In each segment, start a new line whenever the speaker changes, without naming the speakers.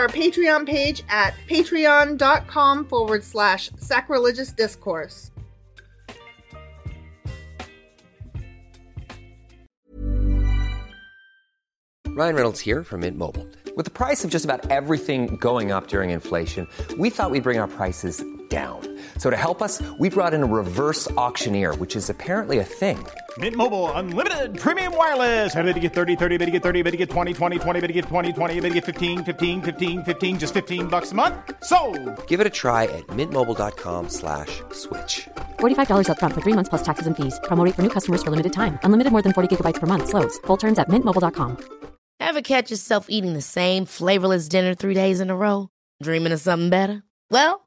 our Patreon page at patreon.com forward slash sacrilegious discourse.
Ryan Reynolds here from Mint Mobile. With the price of just about everything going up during inflation, we thought we'd bring our prices down. So to help us, we brought in a reverse auctioneer, which is apparently a thing.
Mint Mobile unlimited premium wireless. Ready to get 30, 30, bet you get 30, bet you get 20, 20, 20, bet you get 20, 20, bet you get 15, 15, 15, 15 just 15 bucks a month. So,
Give it a try at mintmobile.com slash switch.
$45 upfront for three months plus taxes and fees. Promo rate for new customers for limited time. Unlimited more than 40 gigabytes per month. Slows. Full terms at mintmobile.com.
Ever catch yourself eating the same flavorless dinner three days in a row? Dreaming of something better? Well,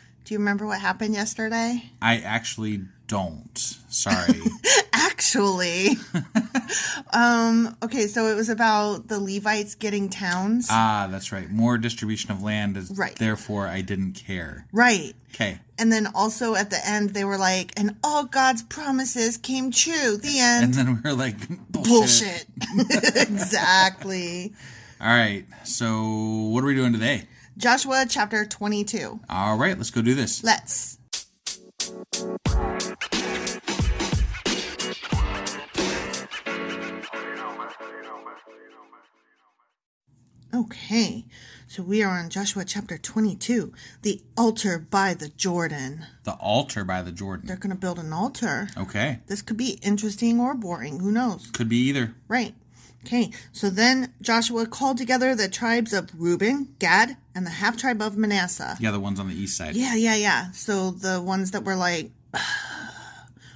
do you remember what happened yesterday?
I actually don't. Sorry.
Actually, um, okay, so it was about the Levites getting towns.
ah, that's right. More distribution of land is
Right.
therefore I didn't care.
right.
Okay.
And then also at the end, they were like, and all God's promises came true. The end.
And then we were like, bullshit.
Bullshit. exactly.
All right. So, what are we doing today?
Joshua chapter 22.
All right, let's go do this.
Let's. Okay, so we are on Joshua chapter 22, the altar by the Jordan.
The altar by the
They're
Jordan.
going to build an altar.
Oh.
Okay.
This could be interesting or boring, who knows?
Could be either.
Right. Okay, so then Joshua called together the tribes of Reuben, Gad, and the half tribe of Manasseh.
Yeah, the ones on the east side.
Yeah, yeah, yeah. So the ones that were like,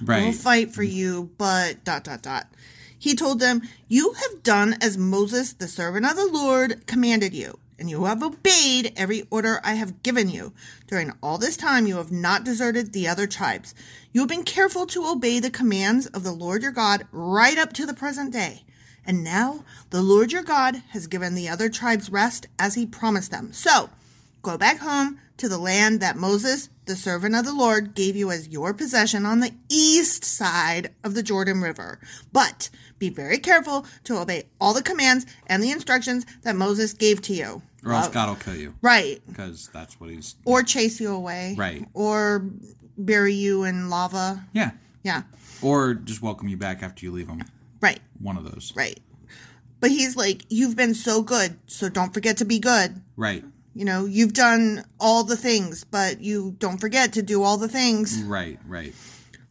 right.
We'll fight for you, but dot dot dot. He told them, You have done as Moses, the servant of the Lord, commanded you, and you have obeyed every order I have given you. During all this time, you have not deserted the other tribes. You have been careful to obey the commands of the Lord your God right up to the present day. And now the Lord your God has given the other tribes rest as he promised them. So go back home to the land that Moses, the servant of the Lord, gave you as your possession on the east side of the Jordan River. But be very careful to obey all the commands and the instructions that Moses gave to you. Uh,
or else God will kill you.
Right.
Because that's what he's.
Or chase you away.
Right.
Or bury you in lava.
Yeah.
Yeah.
Or just welcome you back after you leave him.
Right.
One of those.
Right. But he's like, You've been so good, so don't forget to be good.
Right.
You know, you've done all the things, but you don't forget to do all the things.
Right. Right.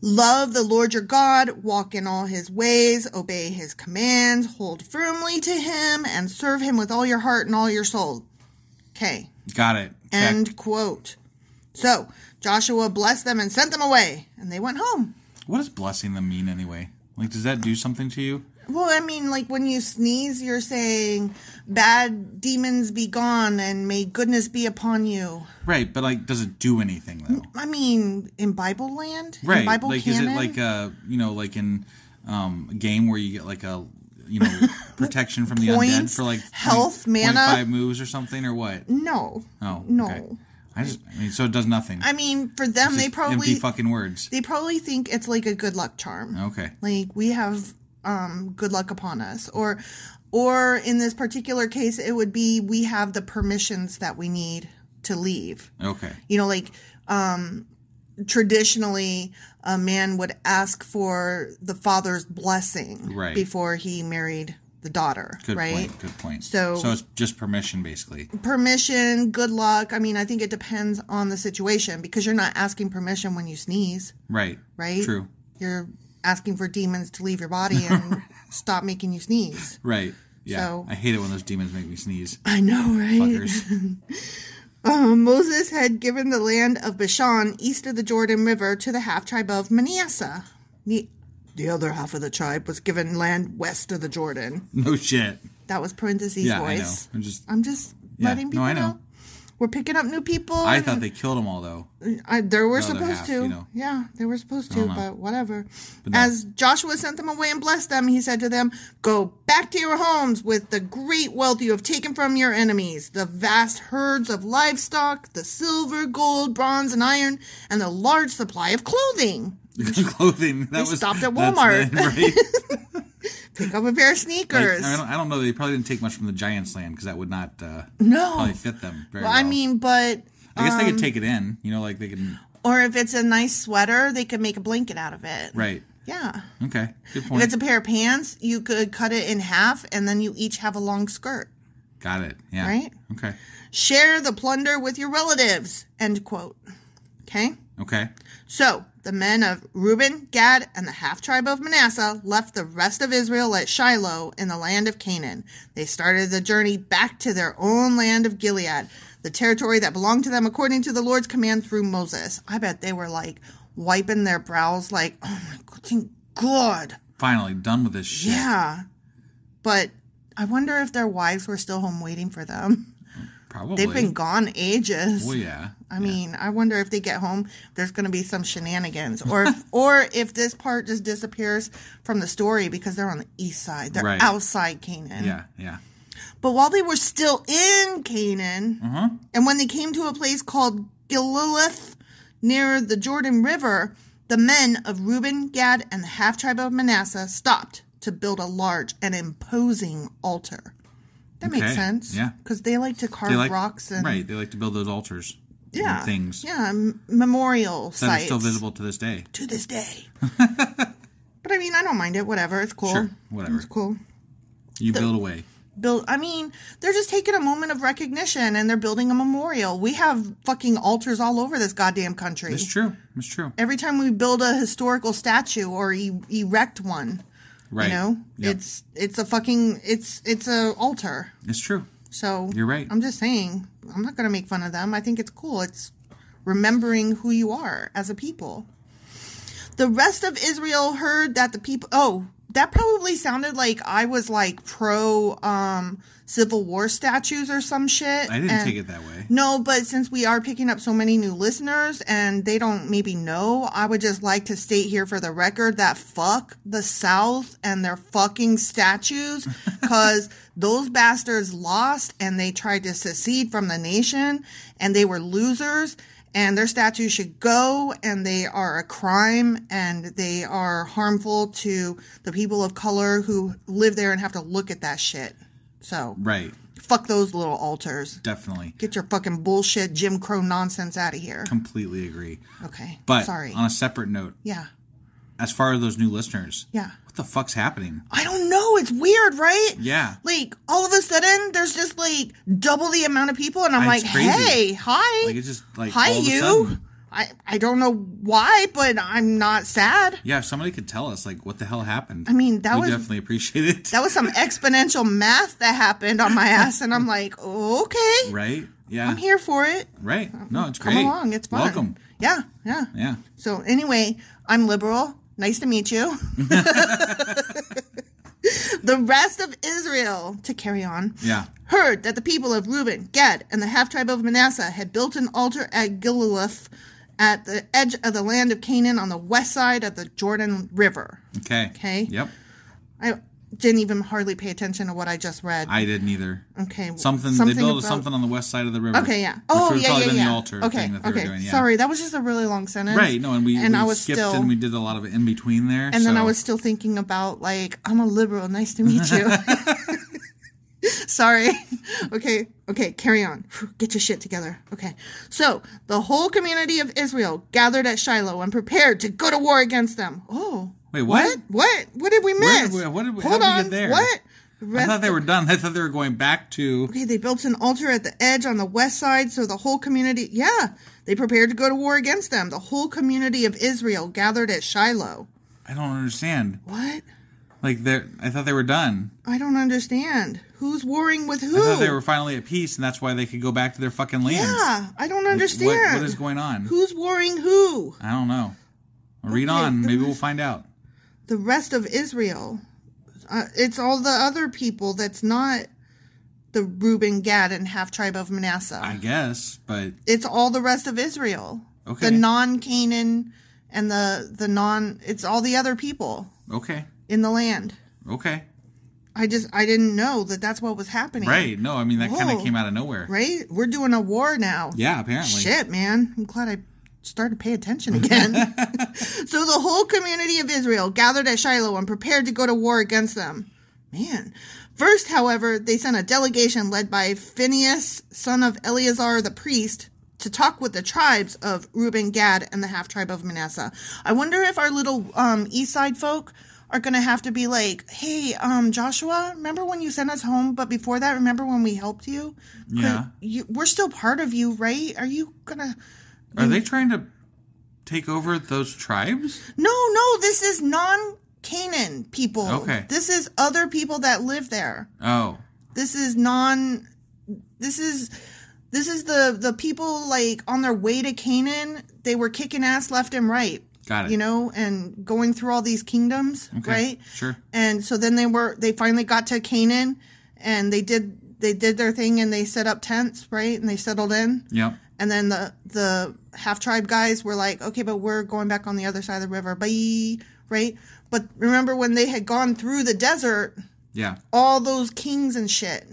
Love the Lord your God, walk in all his ways, obey his commands, hold firmly to him, and serve him with all your heart and all your soul. Okay.
Got it. Check.
End quote. So Joshua blessed them and sent them away, and they went home.
What does blessing them mean anyway? Like, does that do something to you?
Well, I mean, like when you sneeze, you're saying, Bad demons be gone, and may goodness be upon you.
Right, but like, does it do anything though?
I mean, in Bible land? In
Right,
Mm, Bible
like,
canon?
is it like a you know, like in um, a game where you get like a you know protection from the undead
Points,
for like
health, mana? Mm.
five moves or something or what?
No.
Oh,
No.
okay. I just, I mean, so it does nothing.
I mean, for them,
Just
they probably
empty fucking words.
they probably think it's like a good luck charm.
Okay,
Like we have um good luck upon us or or in this particular case it would be we have the permissions that we need to leave.
okay,
You know like um traditionally a man would ask for the father's blessing
Right.
before he married the daughter,
good
right?
point. Good point.
So-
so it's just permission basically.
Permission, good luck. I mean, I think it depends on the situation because you're not asking permission when you sneeze.
Right.
right?
True.
You're asking for demons to leave your body and stop making you sneeze.
Right. Yeah.
So-
I hate it when those demons make me sneeze.
I know, right?
Fuckers.
Um, Moses had given the land of Bashan east of the Jordan River to the half tribe of Manasseh. The, the other half of the tribe was given land west of the Jordan.
no shit.
That was parentheses
Yeah, I know.
voice.
I'm just.
I'm just
Yeah,
letting
no,
people
I
know.
know.
We're picking up new people.
I
and-
thought they killed them all though.
I, they were
other
supposed
half,
to.
you know.
Yeah, they were supposed to, but whatever.
no.
As Joshua sent them away and blessed them, he said to them, Go back to your homes with the great wealth you have taken from your enemies, the vast herds of livestock, the silver, gold, bronze, and iron, and the large supply of clothing.
clothing. That
They
was
stopped at
that's
Walmart.
the- right?
Pick up a pair of sneakers.
Like, I, don't, I don't know. They probably didn't take much from the Giants' land because that would not uh,
no.
probably fit them very
Well,
well.
I mean, um, but,
I guess they could take it in. You know, like they can.
or if it's a nice sweater, they could make a blanket out of it.
Right.
Yeah.
Okay. Good
If
point.
it's a pair of pants, you could cut it in half and then you each have a long skirt.
Got it. Yeah.
Right?
Okay.
Share the plunder with your relatives. End quote. Okay?
Okay.
So the men of Reuben, Gad, and the half tribe of Manasseh left the rest of Israel at Shiloh in the land of Canaan. They started the journey back to their own land of Gilead, the territory that belonged to them according to the Lord's command through Moses. I bet they were like wiping their brows, like, oh my god, thank God.
Finally, done with this shit.
Yeah. But I wonder if their wives were still home waiting for them.
Probably.
They've been gone ages.
Well, yeah.
I mean, I wonder if they get home, there's going to be some shenanigans, or if, or if this part just disappears from the story because they're on the east side, they're
Right.
outside Canaan.
Yeah. Yeah.
But while they were still in Canaan,
Mm-hmm.
and when they came to a place called Gililith near the Jordan River, the men of Reuben, Gad, and the half tribe of Manasseh stopped to build a large and imposing altar. That makes
Okay,
sense.
yeah.
Because they like to carve
They like
rocks and
right. They like to build those altars. and
yeah,
things
Yeah, m- memorial
that
sites
are still visible to this day.
to this day. but I mean, I don't mind it. Whatever. It's cool.
Sure. Whatever.
It's cool.
You build away.
Build. I mean, they're just taking a moment of recognition and they're building a memorial. We have fucking altars all over this goddamn country.
It's true. It's true.
Every time we build a historical statue or e- erect one, You
Right.
know,
Yeah.
it's it's a fucking it's it's a altar.
It's true.
So
You're right.
I'm just saying, I'm not gonna make fun of them. I think it's cool. It's remembering who you are as a people. The rest of Israel heard that the people. Oh, that probably sounded like I was like pro um, Civil War statues or some shit.
I didn't
and-
take it that way.
no, but since we are picking up so many new listeners and they don't maybe know, I would just like to state here for the record that fuck the South and their fucking statues because those bastards lost and they tried to secede from the nation and they were losers and their statues should go and they are a crime and they are harmful to the people of color who live there and have to look at that shit. So
Right.
fuck those little altars.
Definitely.
Get your fucking bullshit Jim Crow nonsense out of here.
Completely agree.
Okay.
But
sorry.
on a separate note,
yeah.
as far as those new listeners,
Yeah.
what the fuck's happening?
I don't know. It's weird, right?
Yeah.
Like all of a sudden, there's just like double the amount of people, and I'm
It's
like,
crazy.
hey, hi,
Like it's just like
hi,
all of
you.
a sudden.
I I don't know why, but I'm not sad.
Yeah, if somebody could tell us like what the hell happened.
I mean, that
we
was-
definitely appreciate it.
That was some exponential math that happened on my ass, and I'm like, okay,
right? Yeah.
I'm here for it.
Right. No, it's
Come
great.
along, it's fun.
Welcome.
Yeah, yeah.
Yeah.
So anyway, I'm liberal. Nice to meet you. the rest of Israel, to carry on,
Yeah.
heard that the people of Reuben, Gad, and the half tribe of Manasseh had built an altar at Gilgalith at the edge of the land of Canaan on the west side of the Jordan River.
Okay.
Okay.
Yep.
I didn't even hardly pay attention to what I just read.
I didn't either.
okay.
Something, they built
about-
something on the west side of the river.
Okay, yeah.
Which
Oh,
would
yeah,
probably
yeah,
been
yeah.
the altar
okay,
thing that they
okay.
were doing. Yeah.
Sorry, that was just a really long sentence.
Right. No, and we,
and
we
I was
skipped
still
and we did a lot of in between there.
And then
so-
I was still thinking about like I'm a liberal. Nice to meet you. Sorry. Okay. Okay. Carry on. Get your shit together. Okay. So the whole community of Israel gathered at Shiloh and prepared to go to war against them. Oh.
Wait, what?
What? What did we
Where
miss?
did we- what did we- how
Hold
did we
on.
get there?
What?
I
Rest
thought they were done. I thought they were going back to.
Okay, they built an altar at the edge on the west side so the whole community, yeah, they prepared to go to war against them. The whole community of Israel gathered at Shiloh.
I don't understand.
What?
Like they, are I thought they were done.
I don't understand. Who's warring with who?
I thought they were finally at peace, and that's why they could go back to their fucking lands.
yeah, I don't
Like,
understand.
What, what is going on?
Who's warring who?
I don't know. Well, read on. Maybe we'll find out.
The rest of Israel. Uh, it's all the other people that's not the Reuben, Gad, and half tribe of Manasseh.
I guess, but
it's all the rest of Israel.
Okay.
The non Canaan and the the non it's all the other people
okay,
in the land.
okay,
I just I didn't know that that's what was happening.
right. No, I mean that kind
Whoa.
of came out of nowhere.
Right? We're doing a war now.
Yeah, apparently.
Shit, man. I'm glad I started to pay attention again. so the whole community of Israel gathered at Shiloh and prepared to go to war against them. Man. First, however, they sent a delegation led by Phineas, son of Eleazar the priest, to talk with the tribes of Reuben, Gad, and the half tribe of Manasseh. I wonder if our little um, east side folk are going to have to be like, hey, um, Joshua, remember when you sent us home? But before that, remember when we helped you?
Yeah.
you, we're still part of you, right? Are you gonna?
Are
Mm-hmm.
they trying to take over those tribes?
No, no, this is non Canaan people.
Okay.
This is other people that live there.
Oh,
This is non. This is. This is the the people like on their way to Canaan. They were kicking ass left and right.
Got it.
You know, and going through all these kingdoms,
okay,
right?
sure.
and so then they were they finally got to Canaan, and they did they did their thing and they set up tents, right? And they settled in.
Yep.
And then the the half tribe guys were like, okay, but we're going back on the other side of the river. Bye. Right? But remember when they had gone through the desert,
Yeah,
all those kings and shit.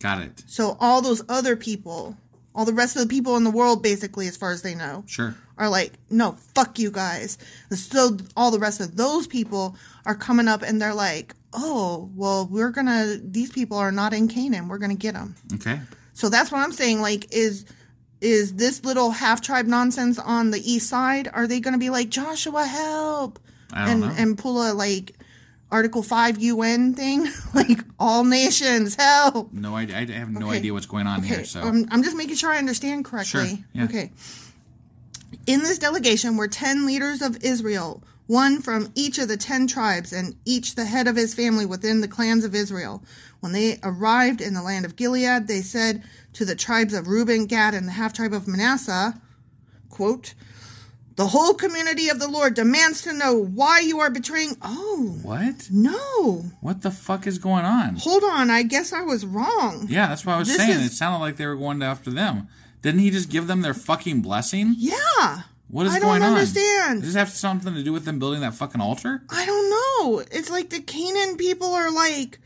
got it.
So all those other people, all the rest of the people in the world, basically, as far as they know,
Sure.
are like, no, fuck you guys. And so all the rest of those people are coming up and they're like, oh, well, we're gonna, these people are not in Canaan. We're gonna get them.
Okay.
So that's what I'm saying. Like, is is this little half tribe nonsense on the east side? Are they going to be like Joshua help
I don't
and
know.
and pull a like Article Five UN thing, like all nations help?
No, I, I have no
Okay.
idea what's going on
Okay, um,
here. So
I'm, I'm just making sure I understand correctly.
Sure, yeah.
Okay. In this delegation were 10 leaders of Israel, one from each of the ten tribes, and each the head of his family within the clans of Israel. When they arrived in the land of Gilead, they said to the tribes of Reuben, Gad, and the half tribe of Manasseh, quote, The whole community of the Lord demands to know why you are betraying. Oh,
What?
no.
What the fuck is going on?
Hold on. I guess I was wrong.
Yeah, that's what I was
This
saying.
is-
It sounded like they were going after them. Didn't he just give them their fucking blessing?
Yeah.
What is
I
going
don't
on?
understand.
Does this have something to do with them building that fucking altar?
I don't know. It's like the Canaan people are like,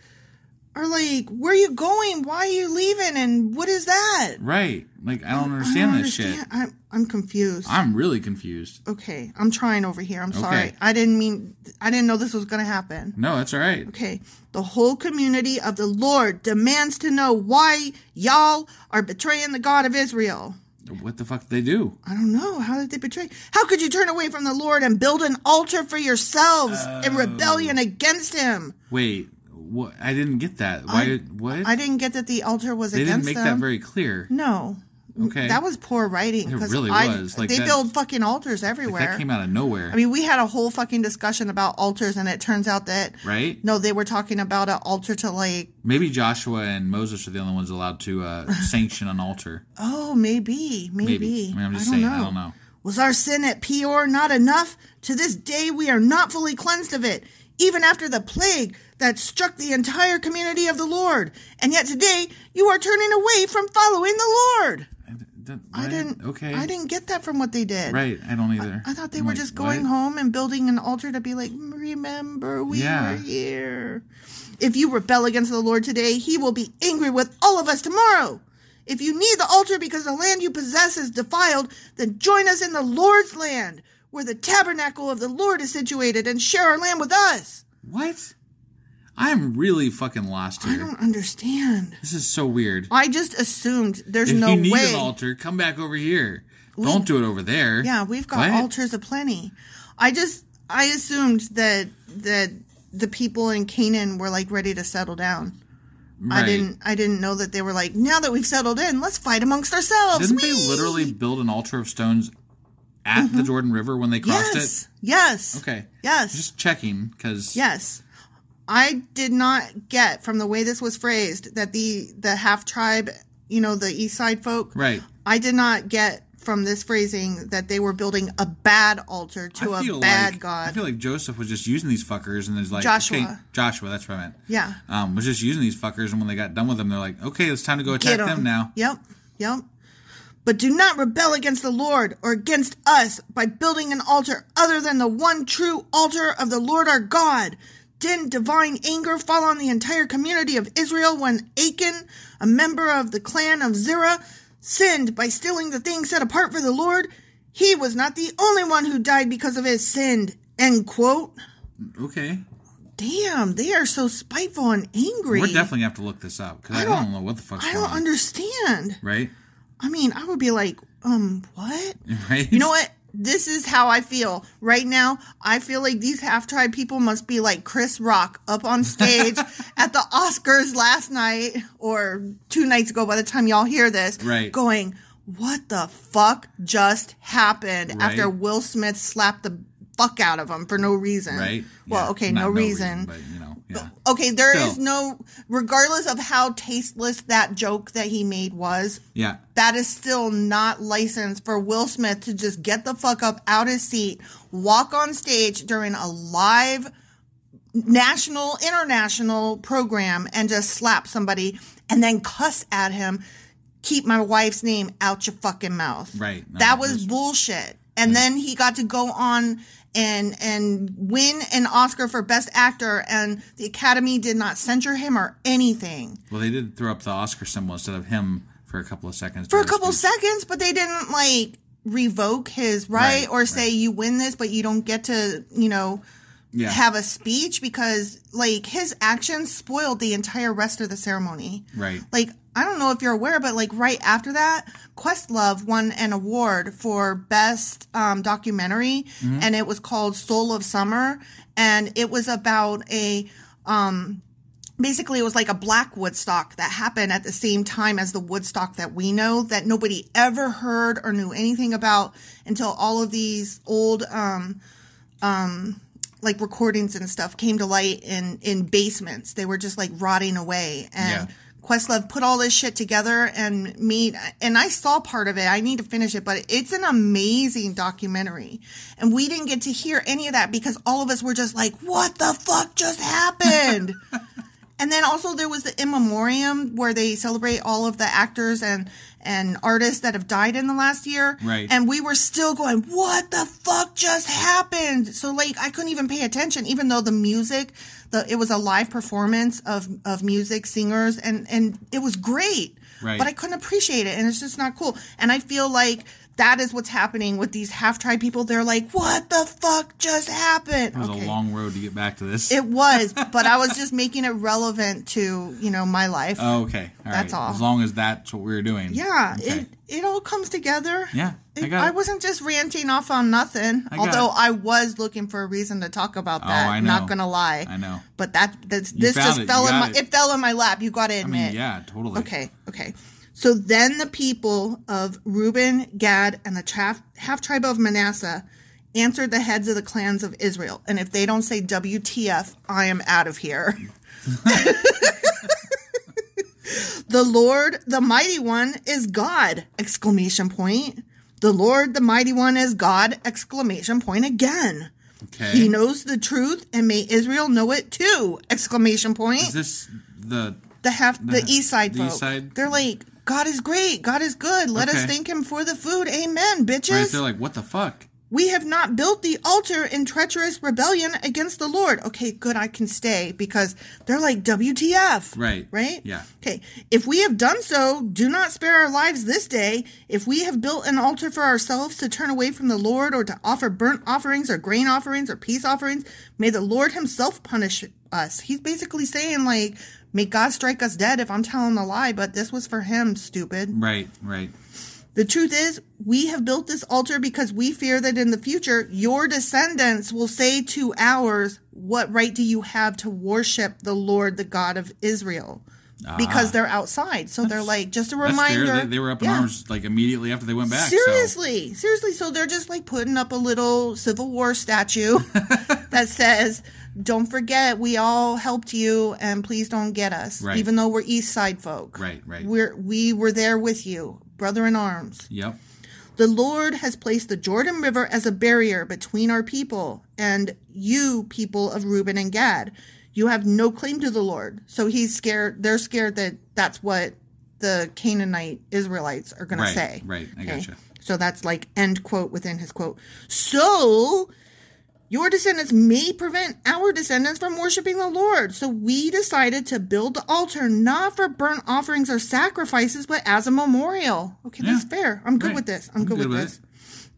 are like, where you going? Why are you leaving? And what is that?
Right. Like I don't understand, this shit.
I'm, I'm confused.
I'm really confused.
okay, I'm trying over here. I'm sorry.
Okay.
I didn't mean, I didn't know this was going to happen.
No, that's all right.
Okay, the whole community of the Lord demands to know why y'all are betraying the God of Israel.
What the fuck did they do?
I don't know. How did they betray? How could you turn away from the Lord and build an altar for yourselves
Um,
in rebellion against him?
Wait, what? I didn't get that. Why? did what?
I didn't get that the altar was
they didn't
against
make
them.
that very clear.
no.
Okay.
That was poor writing.
It
'cause
really
I-
was, like
they
that-
build fucking altars everywhere.
Like, that came out of nowhere.
I mean, we had a whole fucking discussion about altars, and it turns out that
right?
no, they were talking about an altar to like,
Maybe Joshua and Moses are the only ones allowed to uh, sanction an altar.
oh, maybe, maybe.
Maybe. I mean, I'm just
I
saying.
don't
I don't know.
Was our sin at Peor not enough? To this day, we are not fully cleansed of it, even after the plague that struck the entire community of the Lord. And yet today, you are turning away from following the Lord.
Th-
I
what?
didn't.
Okay.
I didn't get that from what they did.
Right. I don't either.
I thought they
I'm
were
like,
just going
what?
home and building an altar to be like, remember we
Yeah.
were here. If you rebel against the Lord today, he will be angry with all of us tomorrow. If you need the altar because the land you possess is defiled, then join us in the Lord's land, where the tabernacle of the Lord is situated, and share our land with us.
What? I'm really fucking lost
I
here.
don't understand.
This is so weird.
I just assumed there's
if
no
you need
way.
an altar, come back over here. don't do it over there.
Yeah, we've got
What?
altars aplenty. I just I assumed that that the people in Canaan were like ready to settle down.
Right.
I didn't I didn't know that they were like now that we've settled in, let's fight amongst ourselves.
Didn't
Whee!
they literally build an altar of stones at the Jordan River when they crossed
Mm-hmm. Yes.
it?
Yes.
Okay.
Yes.
Just checking because
Yes. I did not get from the way this was phrased that the the half tribe, you know, the east side folk.
Right.
I did not get from this phrasing that they were building a bad altar to
I
a
feel
bad
like,
god.
I feel like Joseph was just using these fuckers and there's like
Joshua.
okay, Joshua, that's what I meant.
yeah.
Um, was just using these fuckers and when they got done with them, they're like, okay, it's time to go attack
Get 'em.
them now.
Yep, yep. But do not rebel against the Lord or against us by building an altar other than the one true altar of the Lord our God. Didn't divine anger fall on the entire community of Israel when Achan, a member of the clan of Zerah, sinned by stealing the things set apart for the Lord? He was not the only one who died because of his sin. End quote.
Okay,
Damn, they are so spiteful and angry.
we're definitely gonna have to look this up because I,
don't-
don't know what the fuck's
I
going
don't
on.
understand.
right?
I mean, I would be like, um, what?
Right?
You know what? This is how I feel right now. I feel like these half tribe people must be like Chris Rock up on stage at the Oscars last night or two nights ago by the time y'all hear this.
Right.
Going, what the fuck just happened after
Right.
Will Smith slapped the fuck out of him for no reason?
Right?
Well,
Yeah.
okay,
Not
no, reason. oh.
but you know, yeah.
Okay, there is
Still.
no, regardless of how tasteless that joke that he made was,
Yeah.
that is still not licensed for Will Smith to just get the fuck up out his seat, walk on stage during a live national, international program and just slap somebody and then cuss at him, keep my wife's name out your fucking mouth.
Right.
that
No, that
was
was-
bullshit. And then he got to go on and and win an Oscar for best actor and the Academy did not censure him or anything.
Well, they did throw up the Oscar symbol instead of him for a couple of
for
seconds.
a
during the
couple
speech.
seconds, but they didn't like revoke his right,
Right,
or say you win this, but you don't get to, you know,
Yeah.
have a speech because like his actions spoiled the entire rest of the ceremony.
Right.
Like I don't know if you're aware, but like right after that, Questlove won an award for best um, documentary, and it was called Soul of Summer, and it was about a um, basically it was like a black woodstock that happened at the same time as the woodstock that we know that nobody ever heard or knew anything about until all of these old um um, like recordings and stuff came to light in in basements. They were just like rotting away, and
Yeah.
Questlove put all this shit together and made. And I saw part of it. I need to finish it, but it's an amazing documentary, and we didn't get to hear any of that because all of us were just like, "What the fuck just happened?" And then also there was the in memoriam where they celebrate all of the actors and and artists that have died in the last year.
Right.
And we were still going, "What the fuck just happened?" So like I couldn't even pay attention, even though the music, the it was a live performance of of music singers, and and it was great.
Right.
But I couldn't appreciate it, and it's just not cool. And I feel like. That is what's happening with these half-tried people. They're like, "What the fuck just happened?"
It was a long road to get back to this.
It was, but I was just making it relevant to you know my life.
oh, okay. All right.
That's all.
As long as that's what we were doing.
yeah,
Okay.
it it all comes together.
Yeah, I
It-
got it.
wasn't just ranting off on nothing.
I got
although
it.
I was looking for a reason to talk about
Oh,
that.
I
Not
know.
gonna lie.
I know.
But that this, this
found
just
it.
fell
You
in
got
my
it.
it. fell in my lap. You got to
I
admit.
mean, yeah, totally.
Okay, okay. So then the people of Reuben, Gad, and the half, half tribe of Manasseh answered the heads of the clans of Israel. And if they don't say WTF, I am out of here. the Lord, the mighty one, is God! Exclamation point. The Lord, the mighty one, is God! Exclamation point again.
Okay.
He knows the truth, and may Israel know it too! Exclamation point
Is this the
the half the, east side
the
folk.
east side?
They're like, God is great, God is good. Let us
Okay.
thank him for the food. Amen,
right?
bitches.
They're like, what the fuck?
we have not built the altar in treacherous rebellion against the Lord. Okay, good, I can stay because they're like WTF.
Right.
Right?
Yeah.
Okay. If we have done so, do not spare our lives this day. If we have built an altar for ourselves to turn away from the Lord or to offer burnt offerings or grain offerings or peace offerings, may the Lord himself punish us. He's basically saying, like, may God strike us dead if I'm telling a lie, but this was for him, stupid.
Right. Right.
The truth is, we have built this altar because we fear that in the future your descendants will say to ours, What right do you have to worship the Lord, the God of Israel? Because they're outside. So they're like, just a
Ah. That's
reminder.
fair. They, they were up in
Yeah.
arms like immediately after they went back. so-
Seriously, seriously. So they're just like putting up a little Civil War statue that says, Don't forget, we all helped you and please don't get us.
Right.
Even though we're East Side folk.
Right, right.
We're we were there with you, brother in arms.
Yep.
The Lord has placed the Jordan River as a barrier between our people and you, people of Reuben and Gad. You have no claim to the Lord. So he's scared. They're scared that that's what the Canaanite Israelites are going to
Right,
say.
right. I gotcha.
So that's like end quote within his quote. So your descendants may prevent our descendants from worshiping the Lord. So we decided to build the altar not for burnt offerings or sacrifices, but as a memorial. Okay, that's
Yeah.
fair. I'm good
Right.
with this. I'm,
I'm
good,
good
with
with
this.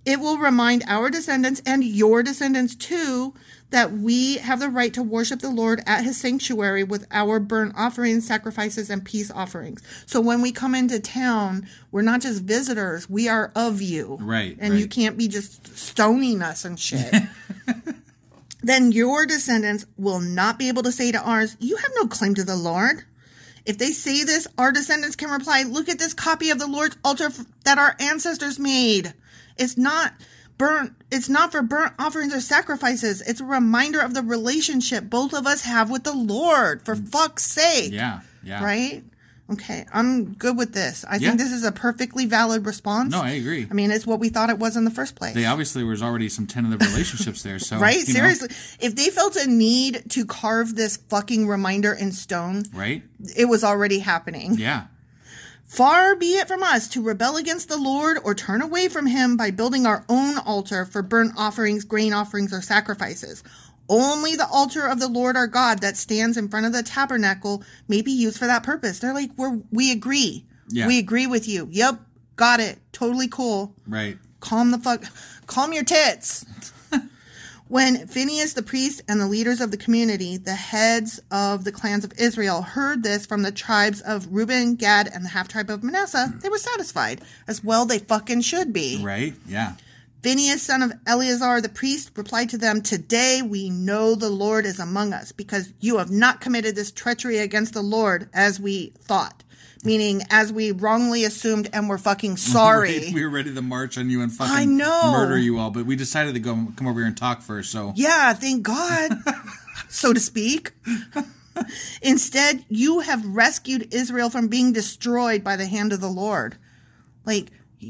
It will remind our descendants and your descendants too that we have the right to worship the Lord at his sanctuary with our burnt offerings, sacrifices, and peace offerings. So when we come into town, we're not just visitors, we are of you.
Right,
And you
right.
can't be just stoning us and shit. then your descendants will not be able to say to ours, You have no claim to the Lord. If they say this, our descendants can reply, Look at this copy of the Lord's altar f- that our ancestors made. It's not burnt, it's not for burnt offerings or sacrifices. It's a reminder of the relationship both of us have with the Lord, for fuck's sake.
Mm. Yeah. Yeah.
Right? Okay, I'm good with this. I
Yeah.
think this is a perfectly valid response.
No, I agree.
I mean, it's what we thought it was in the first place.
they obviously was already some tentative relationships there. So
Right?
you know,
Seriously. If they felt a need to carve this fucking reminder in stone,
right?
it was already happening.
Yeah.
Far be it from us to rebel against the Lord or turn away from him by building our own altar for burnt offerings, grain offerings, or sacrifices. Only the altar of the Lord our God that stands in front of the tabernacle may be used for that purpose. They're like, we're, we agree.
Yeah.
We agree with you. Yep. Got it. Totally cool
Right.
calm the fuck calm your tits when phineas the priest and the leaders of the community the heads of the clans of israel heard this from the tribes of reuben gad and the half tribe of manasseh they were satisfied as well they fucking should be
Right. Yeah.
Phineas, son of Eleazar the priest, replied to them, Today we know the Lord is among us, because you have not committed this treachery against the Lord as we thought. meaning as we wrongly assumed and were fucking sorry.
We, we were ready to march on you and fucking
I know.
murder you all, but we decided to go come over here and talk first. So
Yeah, thank God, so to speak. Instead, you have rescued Israel from being destroyed by the hand of the Lord. Like,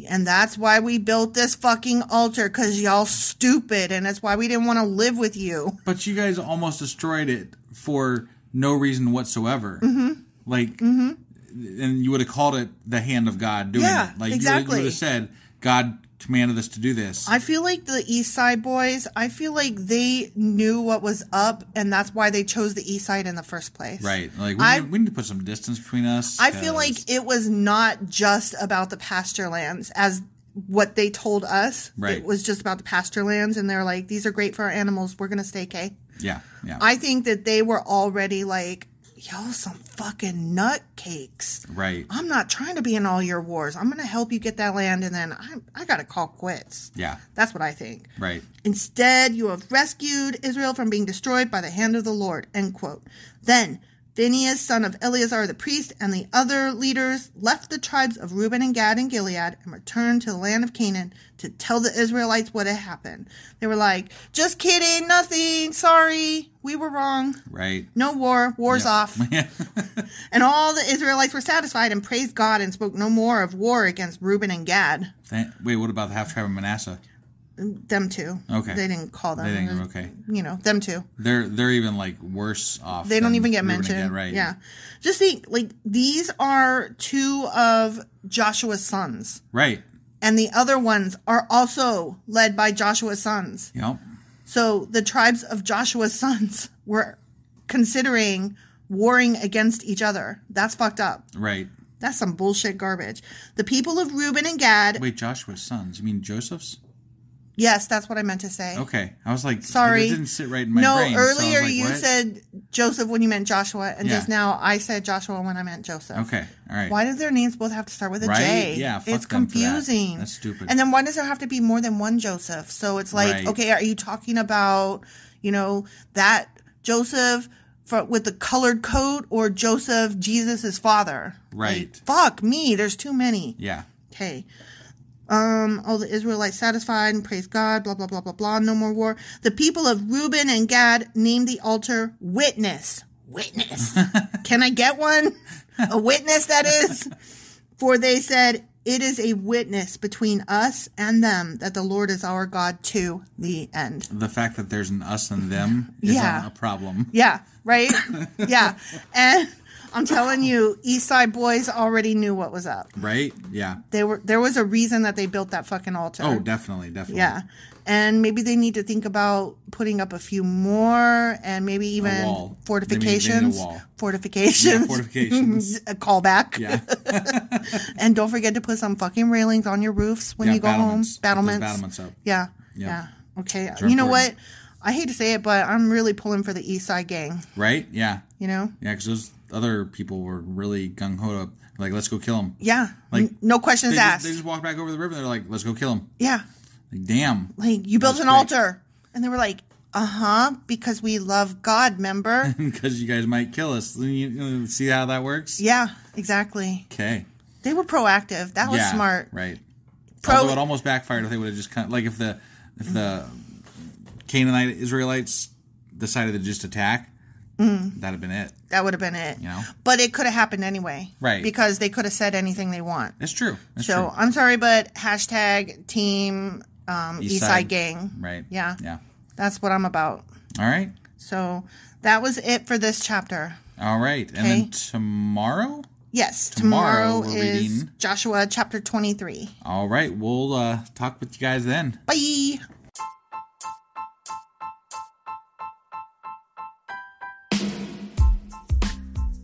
and that's why we built this fucking altar, because y'all stupid, and that's why we didn't want to live with you.
But you guys almost destroyed it for no reason whatsoever.
Mm-hmm.
Like, and you would have called it the hand of God doing
Yeah,
it. Like, you would-
exactly.
you would have said, God commanded us to do this.
I feel like the East Side boys, I feel like they knew what was up, and that's why they chose the East Side in the first place.
right. Like, we,
I-
need, we need to put some distance between us.
I feel like
'cause-
it was not just about the pasture lands as what they told us.
Right.
It was just about the pasture lands and they're like, these are great for our animals. We're going to stay K.
Yeah. Yeah.
I think that they were already like, yo, some fucking nutcakes.
right.
I'm not trying to be in all your wars. I'm going to help you get that land and then I'm, I got to call quits.
yeah.
That's what I think.
Right.
Instead, you have rescued Israel from being destroyed by the hand of the Lord. End quote. Then Phinehas, son of Eleazar the priest, and the other leaders left the tribes of Reuben and Gad and Gilead and returned to the land of Canaan to tell the Israelites what had happened. They were like, just kidding, nothing, sorry, we were wrong.
Right.
No war, war's off. and all the Israelites were satisfied and praised God and spoke no more of war against Reuben and Gad.
Thank, wait, what about the half tribe of Manasseh?
Them too.
Okay.
They didn't call them.
They think I'm okay.
You know, them too.
They're they're even like worse off.
They don't
than
even get
Reuben and
mentioned.
Gad, right.
Yeah. Just think, like, these are two of Joshua's sons.
Right.
And the other ones are also led by Joshua's sons.
Yep.
So the tribes of Joshua's sons were considering warring against each other. That's fucked up.
Right.
That's some bullshit garbage. The people of Reuben and Gad.
Wait, Joshua's sons. You mean Joseph's?
Yes, that's what I meant to say.
Okay, I was like,
Sorry.
it didn't sit right in my
no,
brain. so I was
earlier
like,
you
what?
said Joseph when you meant Joshua, and
Yeah.
just now I said Joshua when I meant Joseph.
Okay, all right.
Why do their names both have to start with a J?
Right? Yeah, fuck
it's
them for that.
confusing.
That's stupid.
And then why does there have to be more than one Joseph? So it's like,
Right.
okay, are you talking about you know that Joseph for, with the colored coat, or Joseph Jesus' father?
Right.
Like, fuck me. There's too many.
Yeah.
Okay. Um, all the Israelites satisfied and praised God, blah, blah, blah, blah, blah, no more war. The people of Reuben and Gad named the altar Witness. Witness. Can I get one? A witness, that is. For they said, It is a witness between us and them that the Lord is our God to the end.
The fact that there's an us and them is
Yeah.
a problem.
Yeah, right? yeah. And I'm telling you, East Side Boys already knew what was up.
Right? Yeah.
They were there was a reason that they built that fucking altar.
Oh, definitely, definitely.
Yeah. And maybe they need to think about putting up a few more and maybe even
wall. They need- they need a
fortifications.
wall.
Fortifications.
Yeah, fortifications.
a callback.
Yeah.
and don't forget to put some fucking railings on your roofs when
Yeah,
you go
battlements.
home.
Put those
Battlements.
battlements up.
Yeah.
Yeah.
Yeah. Okay. you know
important.
what? I hate to say it, but I'm really pulling for the East Side gang,
Right? Yeah.
you know?
Yeah, because those other people were really gung ho up. Like, let's go kill them.
Yeah.
Like,
N- no questions
They just,
asked.
they just walked back over the river and they're like, let's go kill them.
yeah.
Like, damn.
Like you built
was
an
great.
altar. And they were like, uh huh, because we love God, member.
Because you guys might kill us. You- you See how that works?
yeah, exactly.
Okay.
They were proactive. That was
yeah,
smart.
Right.
Pro-
Although it almost backfired if they would have just kind of, like if the if the Canaanite Israelites decided to just attack,
Mm-hmm.
that'd have been it.
That would have been it.
You know?
But it could have happened anyway.
Right.
Because they could have said anything they want.
That's true. That's
so
true.
I'm sorry, but hashtag team um, East, Side.
Side.
Gang.
Right.
Yeah.
Yeah.
That's what I'm about.
All right.
So that was it for this chapter.
All right. And
Okay.
then tomorrow.
Yes, tomorrow,
Tomorrow we're
is
reading-
Joshua chapter 23.
All right. We'll uh, talk with you guys then.
Bye.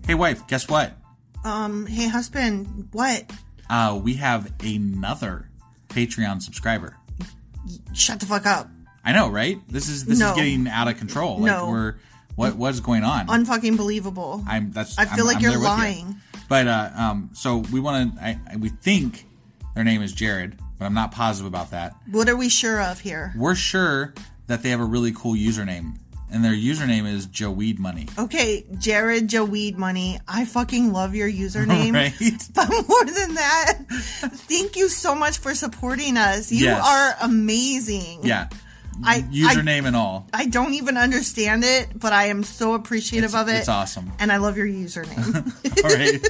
Hey, wife. Guess what?
Um, hey, husband, what?
Uh, we have another Patreon subscriber.
Shut the fuck up.
I know, right? This is this
No.
is getting out of control. Like
No.
we're what what's going on?
Unfucking believable.
I'm that's
I feel
I'm-
like
I'm
you're
there with you.
lying.
But uh, um, so we want to. I, I we think their name is Jared, but I'm not positive about that.
What are we sure of here?
We're sure that they have a really cool username, and their username is Joe Weed Money.
Okay, Jared Joe Weed Money, I fucking love your username.
Right?
But more than that, thank you so much for supporting us. You
Yes.
are amazing.
Yeah.
I-
username and all.
I don't even understand it, but I am so appreciative
It's-
of it.
it's awesome.
And I love your username.
All right.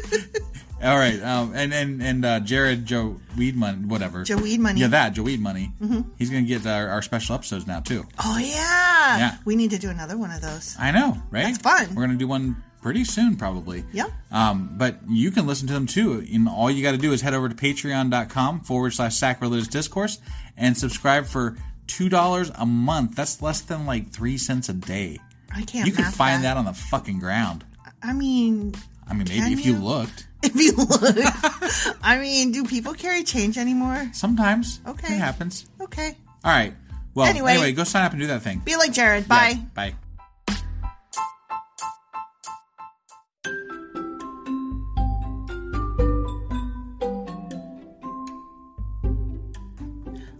All right, um, and and and uh, Jared Joe Weed Money, whatever
Joe Weed Money. Mm-hmm.
yeah, that Joe Weed Money. He's gonna get our, our special episodes now too.
oh, yeah.
Yeah. Uh,
We need to do another one of those.
I know, right?
That's fun.
We're gonna do one pretty soon, probably.
Yep.
Um, but you can listen to them too. And all you got to do is head over to patreon.com forward slash sacrilegious discourse and subscribe for two dollars a month. That's less than like three cents a day.
I can't
you can
math
find that. on the fucking ground.
I mean,
I mean, maybe
Can
if you?
you?
looked.
if you look, I mean, do people carry change anymore?
Sometimes.
Okay.
It happens.
Okay.
All right. Well,
Anyway.
anyway, go sign up and do that thing.
Be like Jared.
Yeah,
Bye.
bye.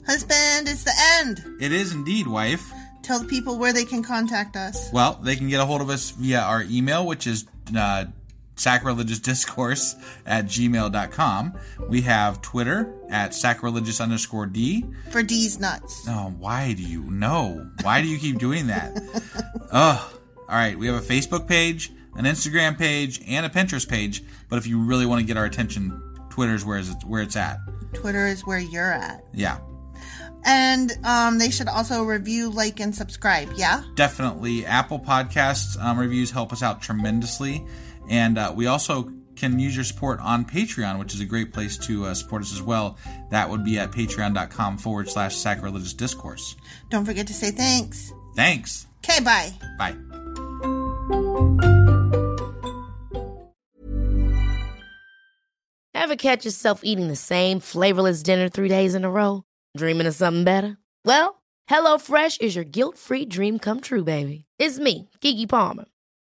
Husband, it's the end.
It is indeed, wife.
Tell the people where they can contact us.
Well, they can get a hold of us via our email, which is uh, sacrilegiousdiscourse at gmail.com. We have Twitter at sacrilegious underscore D.
For D's nuts.
Oh, why do you know? Why do you keep doing that? Ugh. All right, we have a Facebook page, an Instagram page, and a Pinterest page. But if you really want to get our attention, Twitter's where is it, where it's at.
Twitter is where you're at.
Yeah,
And um, they should also review, like, and subscribe. Yeah?
definitely apple podcasts um, reviews help us out tremendously and uh, we also can use your support on patreon which is a great place to uh, support us as well that would be at patreon.com forward slash sacrilegious discourse
Don't forget to say thanks.
thanks
Okay, bye.
bye
Ever catch yourself eating the same flavorless dinner three days in a row? Dreaming of something better? Well, HelloFresh is your guilt free dream come true, baby. It's me, Gigi Palmer.